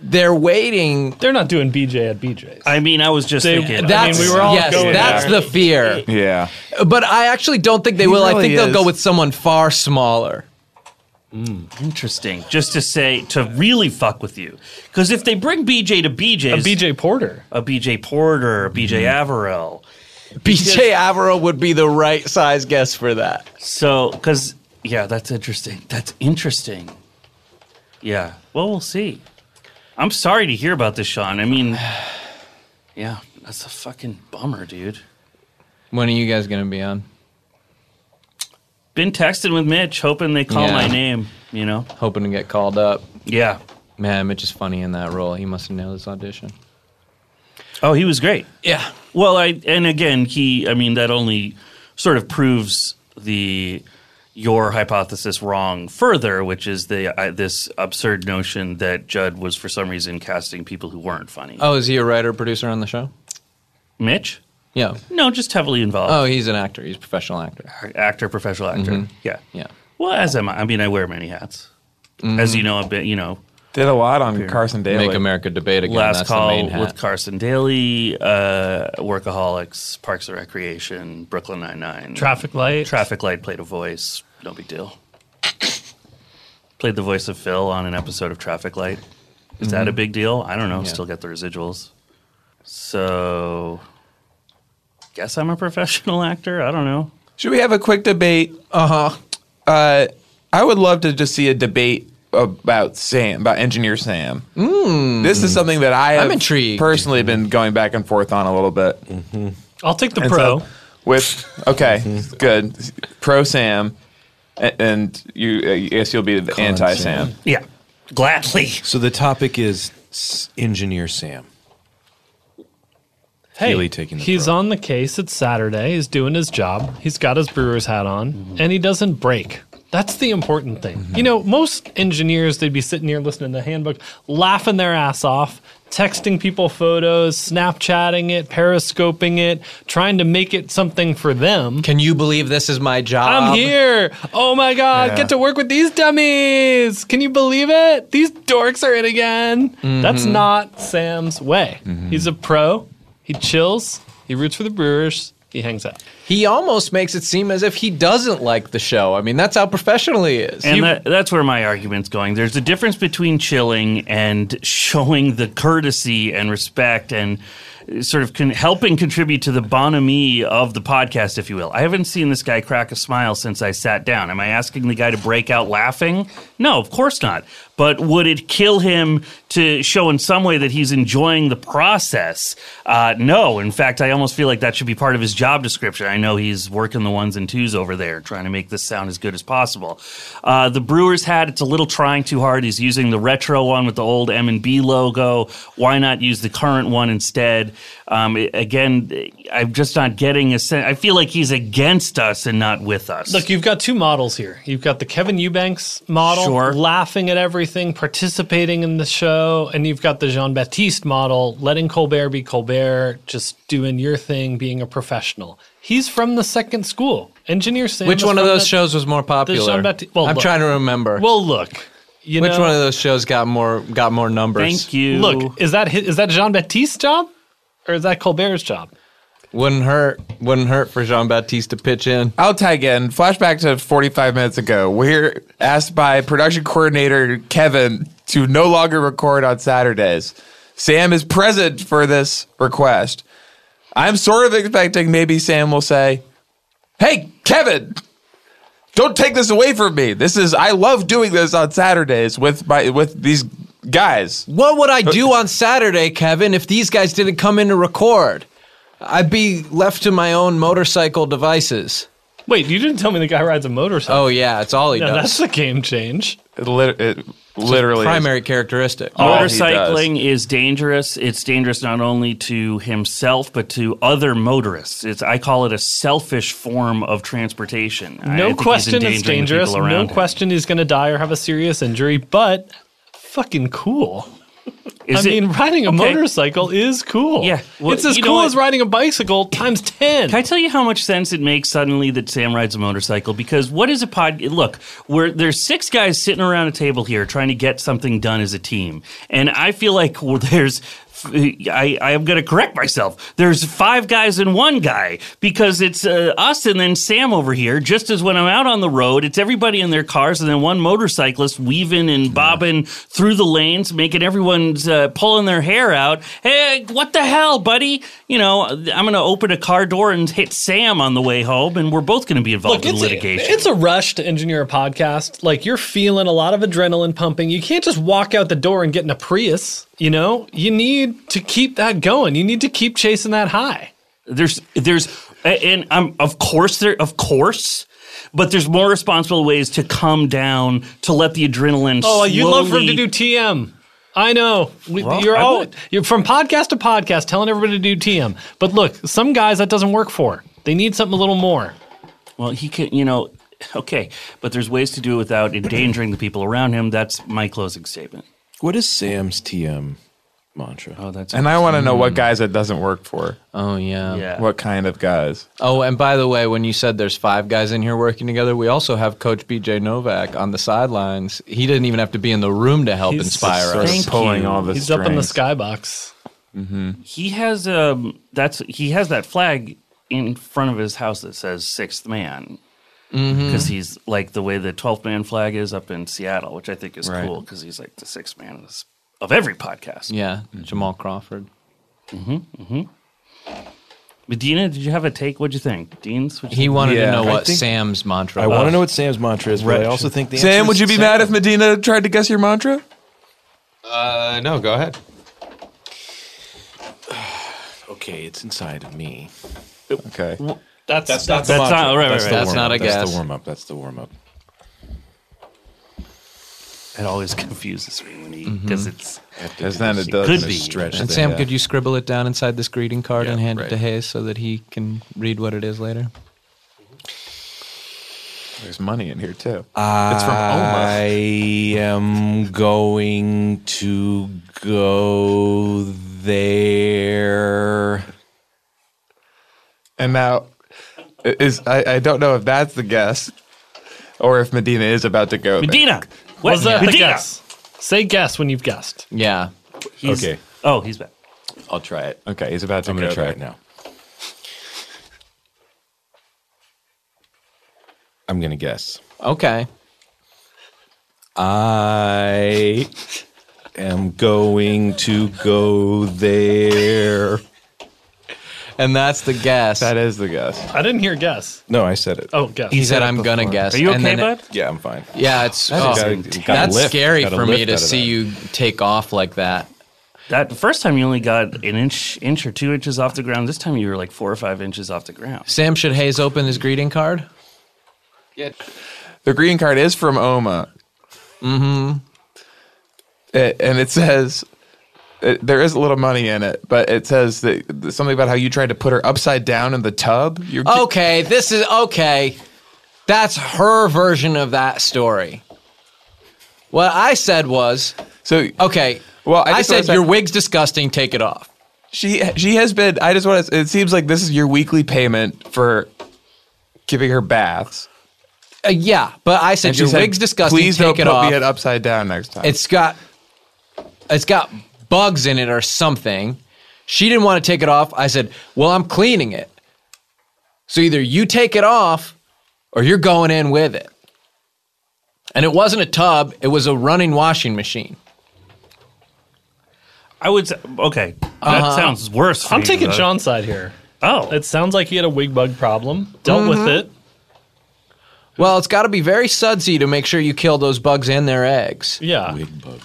They're waiting
They're not doing BJ at Uh, BJ's.
I mean, I was just
They-
thinking.
that-
that's
mean, we were all
yes,
going
that's
there.
the fear.
Yeah.
But I actually don't think they will. I
really
think they'll
is.
go with someone far smaller.
interesting. Just to say, to really fuck with you. Because if they bring BJ to BJ's,
a BJ Porter.
a BJ Porter, a BJ
Mm-hmm.
Averill.
BJ Averill would be the right size guest for that.
So, because, yeah, that's interesting. That's interesting. Yeah. Well, we'll see. I'm sorry to hear about this, Sean. I mean, yeah, that's a fucking bummer, dude.
When are you guys going to be on?
been texting with Mitch, hoping they call
Yeah.
my name. You know?
Hoping to get called up.
Yeah.
Man, Mitch is funny in that role. He must have nailed his audition.
Oh, he was great.
Yeah.
Well, I and again, he. I mean, that only sort of proves the your hypothesis wrong further, which is the I, this absurd notion that Judd was for some reason casting people who weren't funny.
Oh, is he a writer producer on the show?
Mitch.
Yeah.
No, just heavily involved.
Oh, Mm-hmm. he's an actor. He's a professional actor.
actor, professional actor. Yeah.
Yeah.
Well, as am I. I mean, I wear many hats.
Mm-hmm.
As you know, I've been, you know,
Did a lot on Carson Daly.
Make America debate again.
Last
That's the
Call
main hat.
with Carson Daily, uh, Workaholics, Parks and Recreation, Brooklyn Nine-Nine.
Traffic light.
Traffic Light played a voice. No big deal. played the voice of Phil on an episode of Traffic Light. Is that
Mm-hmm.
a big deal? I don't know. Still get the residuals. So, guess I'm a professional actor. I don't know.
Should we have a quick debate? Uh-huh. Uh I would love to just see a debate about Sam, about Engineer Sam. This is something that I have
intrigued.
personally been going back and forth on a little bit.
I'll take the
And
pro.
so with okay, good pro Sam, a- and you uh, yes you'll be the anti Sam.
Yeah, gladly.
So the topic is S- Engineer Sam.
hey,
Haley taking the
he's
pro.
on the case. It's Saturday. He's doing his job. He's got his brewer's hat on, and he doesn't break. That's the important thing.
Mm-hmm.
You know, most engineers they'd be sitting here listening to handbook, laughing their ass off, texting people photos, Snapchatting it, periscoping it, trying to make it something for them.
Can you believe this is my job?
I'm here. Oh my God, get to work with these dummies. Can you believe it? These dorks are in again.
Mm-hmm.
That's not Sam's way. He's a pro. He chills. He roots for the Brewers. He hangs out.
He almost makes it seem as if he doesn't like the show. I mean, that's how professional he is.
And that, that's where my argument's going. There's a difference between chilling and showing the courtesy and respect and uh, sort of con- helping contribute to the bonhomie of the podcast, if you will. I haven't seen this guy crack a smile since I sat down. Am I asking the guy to break out laughing? No, of course not. But would it kill him to show in some way that he's enjoying the process? Uh, no. In fact, I almost feel like that should be part of his job description. I know he's working the ones and twos over there, trying to make this sound as good as possible. Uh, the Brewers had it's a little trying too hard. He's using the retro one with the old M and B logo. Why not use the current one instead? Um, it- again, I'm just not getting a sense. I feel like he's against us and not with us.
Look, you've got two models here. You've got the Kevin Eubanks model,
Sure.
laughing at everything, participating in the show, and you've got the Jean Baptiste model, letting Colbert be Colbert, just doing your thing, being a professional. He's from the second school. Engineer Sam.
Which
is
one of
from
those
that-
shows was more popular?
Bapti- well,
I'm
look.
trying to remember.
Well, look. You
Which
know,
one of those shows got more got more numbers?
Thank you.
Look, is that his, is that Jean Baptiste's job or is that Colbert's job?
Wouldn't hurt. Wouldn't hurt for Jean Baptiste to pitch in.
I'll tag in. Flashback to 45 minutes ago. We're asked by production coordinator Kevin to no longer record on Saturdays. Sam is present for this request. I'm sort of expecting maybe Sam will say, Hey, Kevin, don't take this away from me. This is, I love doing this on Saturdays with my, with these guys.
What would I do on Saturday, Kevin, if these guys didn't come in to record? I'd be left to my own motorcycle devices.
Wait, you didn't tell me the guy rides a motorcycle.
Oh yeah, it's all he
no, that's
does.
a game change.
It, lit- it literally. is-
Primary characteristic.
Oh.
all he
Motorcycling is dangerous. It's dangerous not only to himself but to other motorists. It's I call it a selfish form of transportation. I
No
think he's
question it's
endangering the people
dangerous. No
around him.
question he's going to die or have a serious injury, but fucking cool.
Is
I
it-
mean, riding a
okay.
motorcycle is cool.
Yeah, well,
it's as
you know
cool
what?
as riding a bicycle times 10.
Can I tell you how much sense it makes suddenly that Sam rides a motorcycle? Because what is a pod? Look, we're, there's six guys sitting around a table here trying to get something done as a team, and I feel like well, there's. I, I am going to correct myself. There's five guys and one guy because it's uh, us and then Sam over here. Just as when I'm out on the road, it's everybody in their cars and then one motorcyclist weaving and bobbing through the lanes, making everyone's uh, pulling their hair out. Hey, what the hell, buddy? You know, I'm going to open a car door and hit Sam on the way home, and we're both going to be involved in litigation.
it's a rush to engineer a podcast. Like you're feeling a lot of adrenaline pumping. You can't just walk out the door and get in a Prius. You know, you need to keep that going. You need to keep chasing that high.
there's there's a- and I'm of course there of course. But there's more responsible ways to calm down, to let the adrenaline.
Oh, you love for him to
slowly
do TM. I know. We,
Well,
you're
I
all
would.
you're from podcast to podcast telling everybody to do TM. But look, some guys that doesn't work for. They need something a little more.
Well, he can, you know, okay, but there's ways to do it without endangering the people around him. That's my closing statement.
What is Sam's TM mantra.
Oh, that's
And I want to know what guys it doesn't work for.
Oh yeah.
yeah.
What kind of guys?
Oh, and by the way, when you said there's five guys in here working together, we also have Coach BJ Novak on the sidelines. He didn't even have to be in the room to help
He's
inspire
Sort
us.
of
Thank
pulling
you.
all the
He's up in the
strings.
skybox.
He has um that's he has that flag in front of his house that says sixth man. Because he's like the way the twelfth man flag is up in Seattle, which I think is cool 'cause cool because he's like the sixth man of, this, of every podcast.
Yeah,
Mm-hmm.
Jamal Crawford.
Medina, did you have a take? What'd you think, Dean's? What'd you
He
think?
wanted to
Yeah,
know
I
what
think-
Sam's mantra.
I
was.
want to know what Sam's mantra is, but I also think the answer
Sam,
is
would you be
Sam.
mad if Medina tried to guess your mantra?
Uh, no, go ahead.
Okay, it's inside of me.
Okay.
That's that's,
the That's mantra. not- right, right,
the
right. That's not
warm-up.
a
That's
guess.
the warm up. That's the warm up.
It always confuses me when he because it's
Because then it does
Could be.
stretch.
And
thing.
Sam,
yeah.
could you scribble it down inside this greeting card and
Yeah,
hand it to
right.
Hayes so that he can read what it is later?
There's money in here too.
Uh,
it's from I am going to go there.
and now i- is I, I don't know if that's the guess or if Medina is about to go. there.
Medina. What?
Was that the
Medina.
guess? Say guess when you've guessed.
Yeah.
He's-
Okay.
Oh, he's back.
I'll try it.
Okay, he's about to
I'm
go.
going to try
there.
it now. I'm going to guess.
Okay.
I am going to go there.
And that's the guess.
That is the guess.
I didn't hear guess.
No, I said it.
Oh, guess.
he said, "I'm gonna
before.
guess."
Are you
and
okay,
then it-
bud?
Yeah, I'm fine.
Yeah, it's oh,
Got a- got a
that's
lift.
scary
Got a
for me
lift out
to
of
see
that.
you take off like that.
That the first time you only got an inch, inch or two inches off the ground. This time you were like four or five inches off the ground.
Sam, should Hayes open his greeting card?
The green card is from Oma. Mm-hmm. and it says it, there is a little money in it, but it says that that something about how you tried to put her upside down in the tub. You're,
Okay, this is okay. That's her version of that story. What I said was,
So
okay.
Well, I
I,
just wanna
said
say-
your wig's disgusting. Take it off.
she she has been. I just want to. It seems like this is your weekly payment for giving her baths.
Uh, yeah, but I said
And she
your
said,
wig's disgusting.
Please
take
don't
it
put
off.
me at upside down next time.
it's got it's got bugs in it or something. She didn't want to take it off. I said, "Well, I'm cleaning it. So either you take it off or you're going in with it." And it wasn't a tub, it was a running washing machine.
I would say, okay. That
Uh-huh.
sounds worse. for
I'm
you,
taking
bud.
Sean's side here.
Oh,
It sounds like he had a wig bug problem. Dealt with
Mm-hmm.
it.
Well, it's got to be very sudsy to make sure you kill those bugs and their eggs.
Yeah.
Wig bug.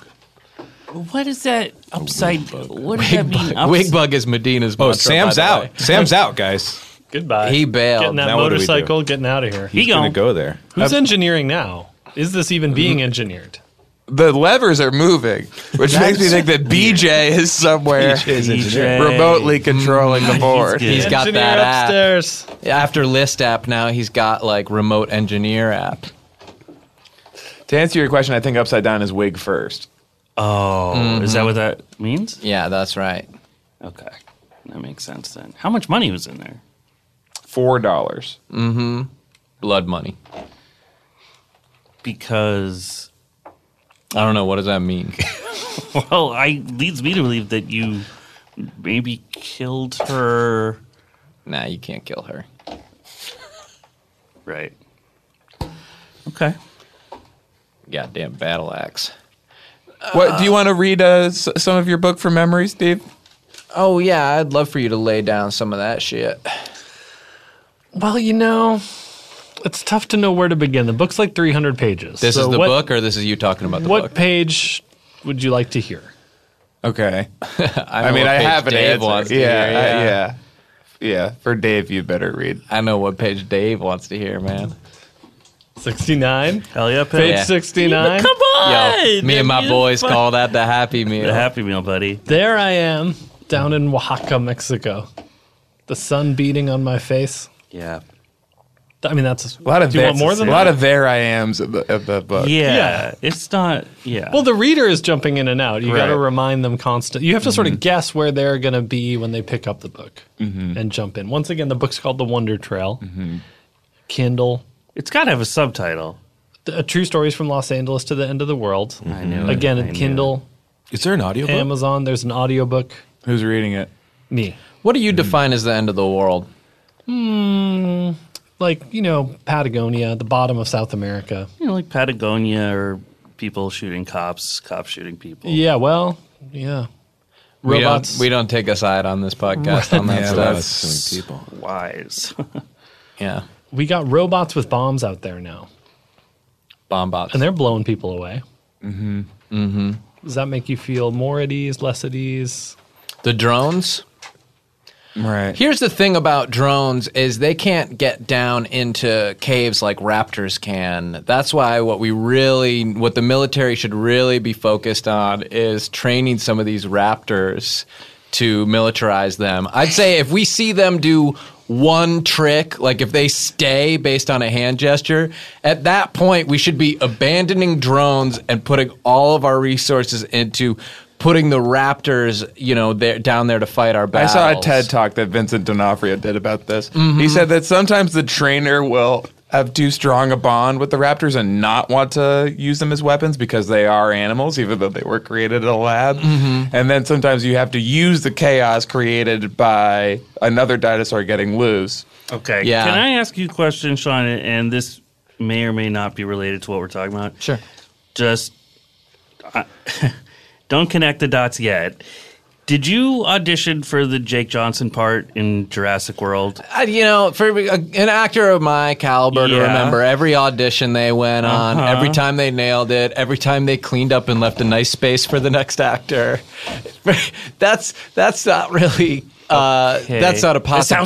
what is that upside? What does that
Wig
mean?
bug, wig bug is Medina's.
Oh,
mantra,
Sam's
by the
out.
way.
Sam's out, guys.
Goodbye.
He bailed.
Getting that
Now what do we do?
motorcycle, getting out of here.
He
I'm
gone.
going to go there.
Who's engineering now? Is this even
Mm-hmm.
being engineered?
the levers are moving, which makes me think that BJ is somewhere
engineering.
remotely controlling the board.
good.
Mm, He's got
Engineer
that app.
upstairs.
After List app, now he's got like remote engineer app.
To answer your question, I think upside down is wig first.
Oh,
Mm-hmm.
is that what that means?
Yeah, that's right.
Okay, that makes sense then. How much money was in there?
Four dollars.
Blood money.
Because
I don't know. What does that mean?
well, I leads me to believe that you maybe killed her.
nah, you can't kill her.
Right. Okay.
Goddamn battle axe.
What do you want to read? Uh, s- some of your book from memory, Steve.
Oh, yeah, I'd love for you to lay down some of that shit.
Well, you know, it's tough to know where to begin. The book's like 300 pages.
This
So
is the
what,
book, or this is you talking about the
What
book?
page would you like to hear?
Okay.
know
I mean,
what
I
page
have an
Dave
answer.
wants to
yeah,
hear,
I-
yeah.
yeah, yeah. For Dave, you better read.
I know what page Dave wants to hear, man.
69?
Hell yeah,
Page
Yeah.
69?
Come on!
Yo, me and my boys call that the Happy Meal.
the Happy Meal, buddy.
There I am, down in Oaxaca, Mexico. The sun beating on my face.
Yeah.
I mean, that's
A lot of
do you want
this-
more than
a lot
that?
of there I am's of the, of the book.
Yeah,
Yeah.
it's not. Yeah.
Well, the reader is jumping in and out. You got to
Right.
remind them constantly. You have to sort
Mm-hmm.
of guess where they're going to be when they pick up the book and jump in. Once again, the book's called The Wonder Trail.
Mm-hmm.
Kindle.
it's got to have a subtitle.
The- uh, True Stories from Los Angeles to the End of the World.
Mm-hmm. I knew.
Again,
it. I
in
knew
Kindle,
Is there an audio?
Amazon, there's an audiobook.
Who's reading it?
Me.
What do you define as the end of the world?
Like, you know, Patagonia, the bottom of South America.
it. You know, like Patagonia or people shooting cops, cops shooting people.
Yeah, well, yeah.
uh,
We don't-
Robots.
We don't, take a side on this podcast on that
Yeah,
stuff.
that's so many people.
Wise.
Yeah.
we got robots with bombs out there now,
Bomb bots.
and they're blowing people away. Mm-hmm. Mm-hmm. Does that make you feel more at ease, less at ease?
the drones.
Right.
Here's the thing about drones is they can't get down into caves like raptors can. That's why what we really what the military should really be focused on is training some of these raptors to militarize them. I'd say if we see them do one trick, like if they stay based on a hand gesture, at that point we should be abandoning drones and putting all of our resources into putting the raptors, you know, there down there to fight our
I
battles. Mm-hmm.
saw a TED talk that Vincent D'Onofrio did about this. He said that sometimes the trainer will have too strong a bond with the raptors and not want to use them as weapons because they are animals, even though they were created in a lab.
Mm-hmm.
And then sometimes you have to use the chaos created by another dinosaur getting loose.
Okay.
Yeah.
Can I ask you a question, Sean? And this may or may not be related to what we're talking about.
Sure.
Just I- don't connect the dots yet. Did you audition for the Jake Johnson part in Jurassic World?
I, you know, for a, an actor of my caliber to
Yeah.
remember every audition they went on, every time they nailed it, every time they cleaned up and left a nice space for the next actor. that's that's not really uh, that's not a
It sounds like a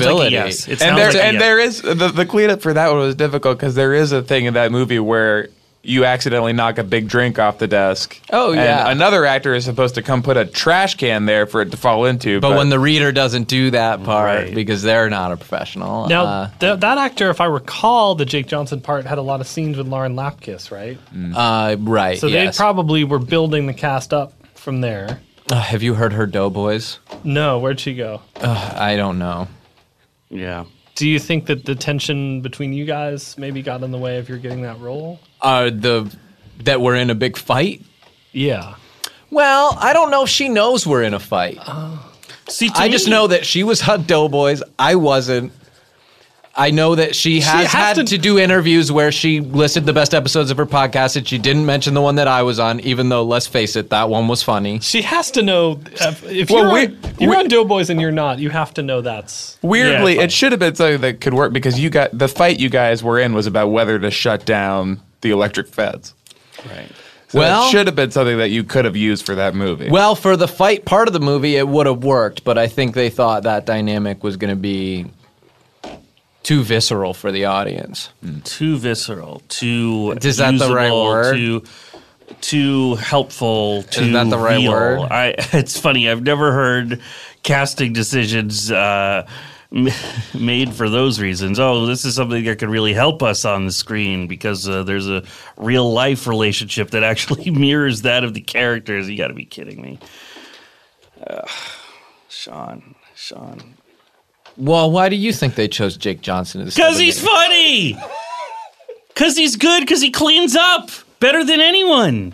possibility.
yes.
and
It sounds
there,
like a
and
yes.
there is the, the cleanup for that one was difficult because there is a thing in that movie where you accidentally knock a big drink off the desk.
Oh, yeah.
And another actor is supposed to come put a trash can there for it to fall into.
but when the reader doesn't do that part
Right.
because they're not a professional.
Now,
uh,
th- that actor, if I recall, the Jake Johnson part had a lot of scenes with Lauren Lapkus, right?
uh, right.
So
yes.
they probably were building the cast up from there.
Uh, have you heard her Doughboys?
No, where'd she go?
I don't know.
Yeah.
Do you think that the tension between you guys maybe got in the way of your getting that role?
Uh, the that we're in a big fight.
Yeah.
Well, I don't know if she knows we're in a fight.
See, to
I
me-
just know that she was on Doughboys. I wasn't. I know that she has
has
had
to-
to, do interviews where she listed the best episodes of her podcast, and she didn't mention the one that I was on. Even though, let's face it, that one was funny.
She has to know if, if
Well,
you're,
we-
on, you're
we-
on Doughboys and you're not. You have to know that's
weirdly,
Yeah,
it should have been something that could work because you got the fight you guys were in was about whether to shut down the electric feds.
Right.
So
Well-
it should have been something that you could have used for that movie.
Well, for the fight part of the movie, it would have worked, but I think they thought that dynamic was going to be too visceral for the audience.
too visceral, too
Is that the right
usable,
word?
Too, too helpful. Too
that the right
real.
word?
I. It's funny. I've never heard casting decisions uh, m- made for those reasons. Oh, this is something that could really help us on the screen because uh, there's a real life relationship that actually mirrors that of the characters. You got to be kidding me, Ugh. Sean. Sean.
Well, why do you think they chose Jake Johnson as
Because he's funny. Because he's good. Because he cleans up better than anyone.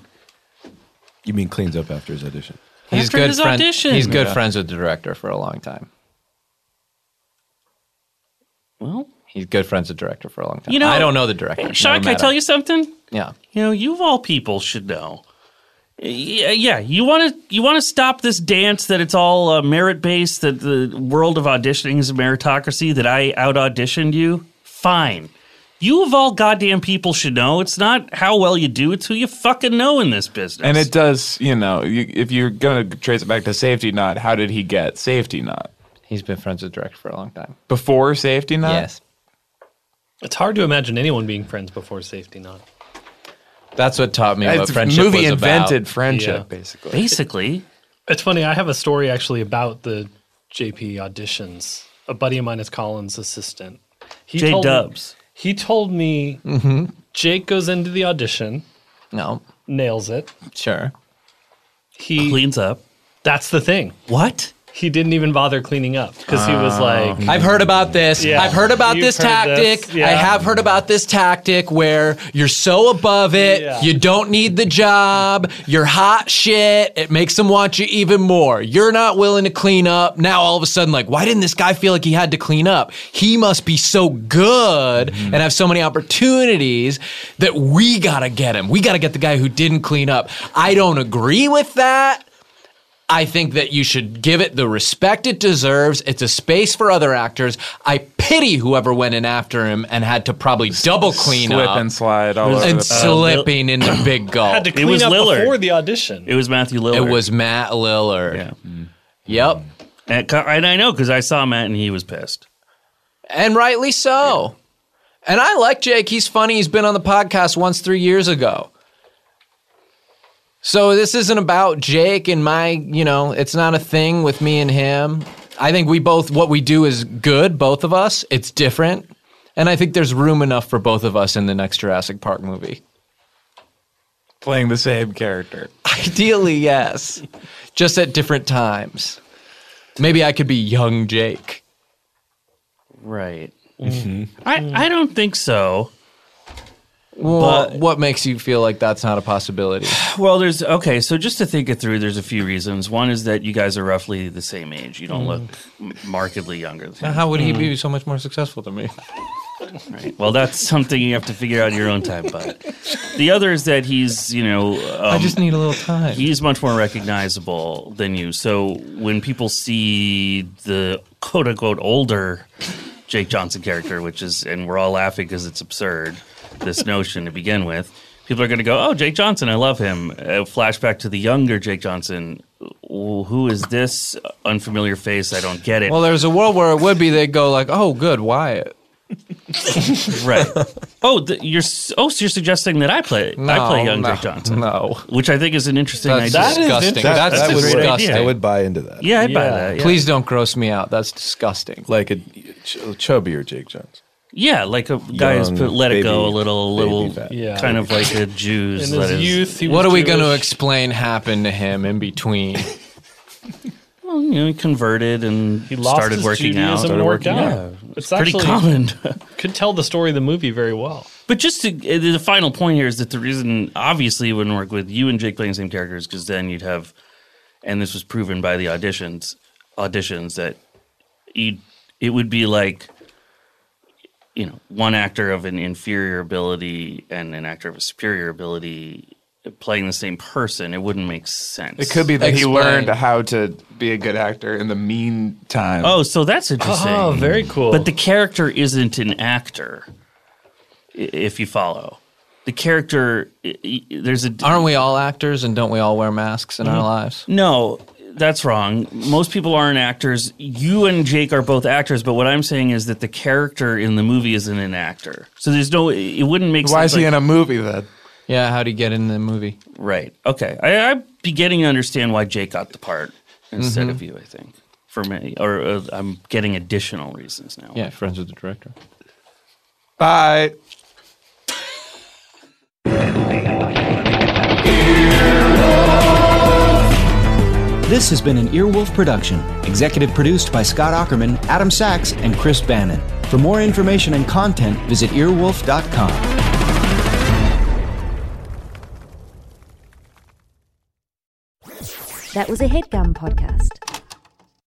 You mean cleans up after his audition?
he's
after
good
his
friend-
audition.
He's good
Yeah.
friends with the director for a long time.
Well,
He's good friends with the director for a long time.
You know-
I don't know the director.
Sean,
Never
can I
met
tell
him.
you something?
Yeah.
You know, you of all people should know. Yeah, yeah. You want to you want to stop this dance that it's all uh, merit based. That the world of auditioning is a meritocracy. That I out auditioned you. Fine. You of all goddamn people should know it's not how well you do. It's who you fucking know in this business.
and it does, you know, you, if you're going to trace it back to Safety Knot, how did he get Safety Knot?
He's been friends with the director for a long time.
Before Safety Knot?
yes.
it's hard to imagine anyone being friends before safety knot.
That's what taught me what
It's
friendship
movie
was
invented
about.
friendship,
Yeah.
basically.
basically.
It's funny. I have a story actually about the JP auditions. A buddy of mine is Colin's assistant. He
J
told me-
Dubs.
He told me
Mm-hmm.
Jake goes into the audition,
No,
nails it.
sure.
He
Cleans up.
that's the thing.
What?
He didn't even bother cleaning up because he
Oh.
was like,
I've heard about this.
Mm-hmm. Yeah.
I've heard about
You've
this
heard this.
tactic. I
Yeah.
have heard about this tactic where you're so above it,
Yeah.
you don't need the job, you're hot shit. It makes them want you even more. You're not willing to clean up. Now all of a sudden, like, why didn't this guy feel like he had to clean up? He must be so good
Mm-hmm.
and have so many opportunities that we gotta get him. We gotta get the guy who didn't clean up. I don't agree with that. I think that you should give it the respect it deserves. It's a space for other actors. I pity whoever went in after him and had to probably double clean
Slip
up
and slide all over
and
the
slipping in the big gulp.
had to
It
clean
was
up
Lillard.
before the audition.
It was Matthew
it
Lillard.
was Matt Lillard.
Yeah.
Yep.
And, co- and I know because I saw Matt and he was pissed.
And rightly so. And I like Jake. He's funny. He's been on the podcast once three years ago. So this isn't about Jake and my, you know, it's not a thing with me and him. I think we both, what we do is good, both of us. It's different. And I think there's room enough for both of us in the next Jurassic Park movie.
playing the same character.
Ideally, yes. Just at different times. Maybe I could be young Jake.
Right.
Mm-hmm.
I, I don't think so.
Well, what makes you feel like that's not a possibility?
Well, there's okay. So just to think it through, there's a few reasons. One is that you guys are roughly the same age. You don't look
Mm.
m- markedly younger. Than
How would he be so much more successful than me?
right. Well, that's something you have to figure out in your own time. But the other is that he's you know um,
need a little time.
he's much more recognizable than you. So when people see the quote unquote older Jake Johnson character, which is, and we're all laughing because it's absurd, this notion to begin with, people are going to go, oh, Jake Johnson, I love him. Uh, flashback to the younger Jake Johnson. Wh- Who is this unfamiliar face? I don't get it.
Well, there's a world where it would be they'd go like, "Oh, good, Wyatt."
right. oh, th- you're s- oh, so you're suggesting that I play I play young
no,
Jake Johnson,
No,
which I think is an interesting
that's
idea.
is
disgusting.
interesting.
That,
that's
that would
great
work.
idea.
I would buy into that.
yeah, I'd buy
Yeah.
that. yeah.
Please don't gross me out. That's disgusting.
Like a ch- chubbier Jake Johnson.
Yeah, like a guy who's
Young,
put let it go a
baby-
little,
baby
little
fat.
Yeah.
kind of like a Jew's.
In
let
his
his-
youth, he was
What are we going to
Jewish.
explain happened to him in between?
well, you know, he converted and
He lost
started
his
working
Judaism
out.
and worked out. It's,
Pretty
actually
common.
could tell the story of the movie very well.
but just to, uh, the final point here is that the reason obviously it wouldn't work with you and Jake playing the same characters because then you'd have, and this was proven by the auditions, auditions that you'd, it would be like, you know, one actor of an inferior ability and an actor of a superior ability playing the same person. It wouldn't make sense.
It could be that
Explain.
he learned how to be a good actor in the meantime.
Oh, so that's interesting.
Oh, very cool.
But the character isn't an actor, i- if you follow. The character, i- i- there's a.
Aren't we all actors, and don't we all wear masks in our lives?
No, that's wrong. Most people aren't actors. You and Jake are both actors, but what I'm saying is that the character in the movie isn't an actor. So there's no. It wouldn't make
Why
sense.
is he
like-
in a movie then?
Yeah. How do you get in the movie?
Right. Okay. I, I'm beginning to understand why Jake got the part instead
Mm-hmm.
of you, I think. For me, or uh, I'm getting additional reasons now.
Yeah, friends with the director.
Bye.
This has been an Earwolf production, executive produced by Scott Ackerman, Adam Sachs, and Chris Bannon. For more information and content, visit earwolf.com.
That was a headgum podcast.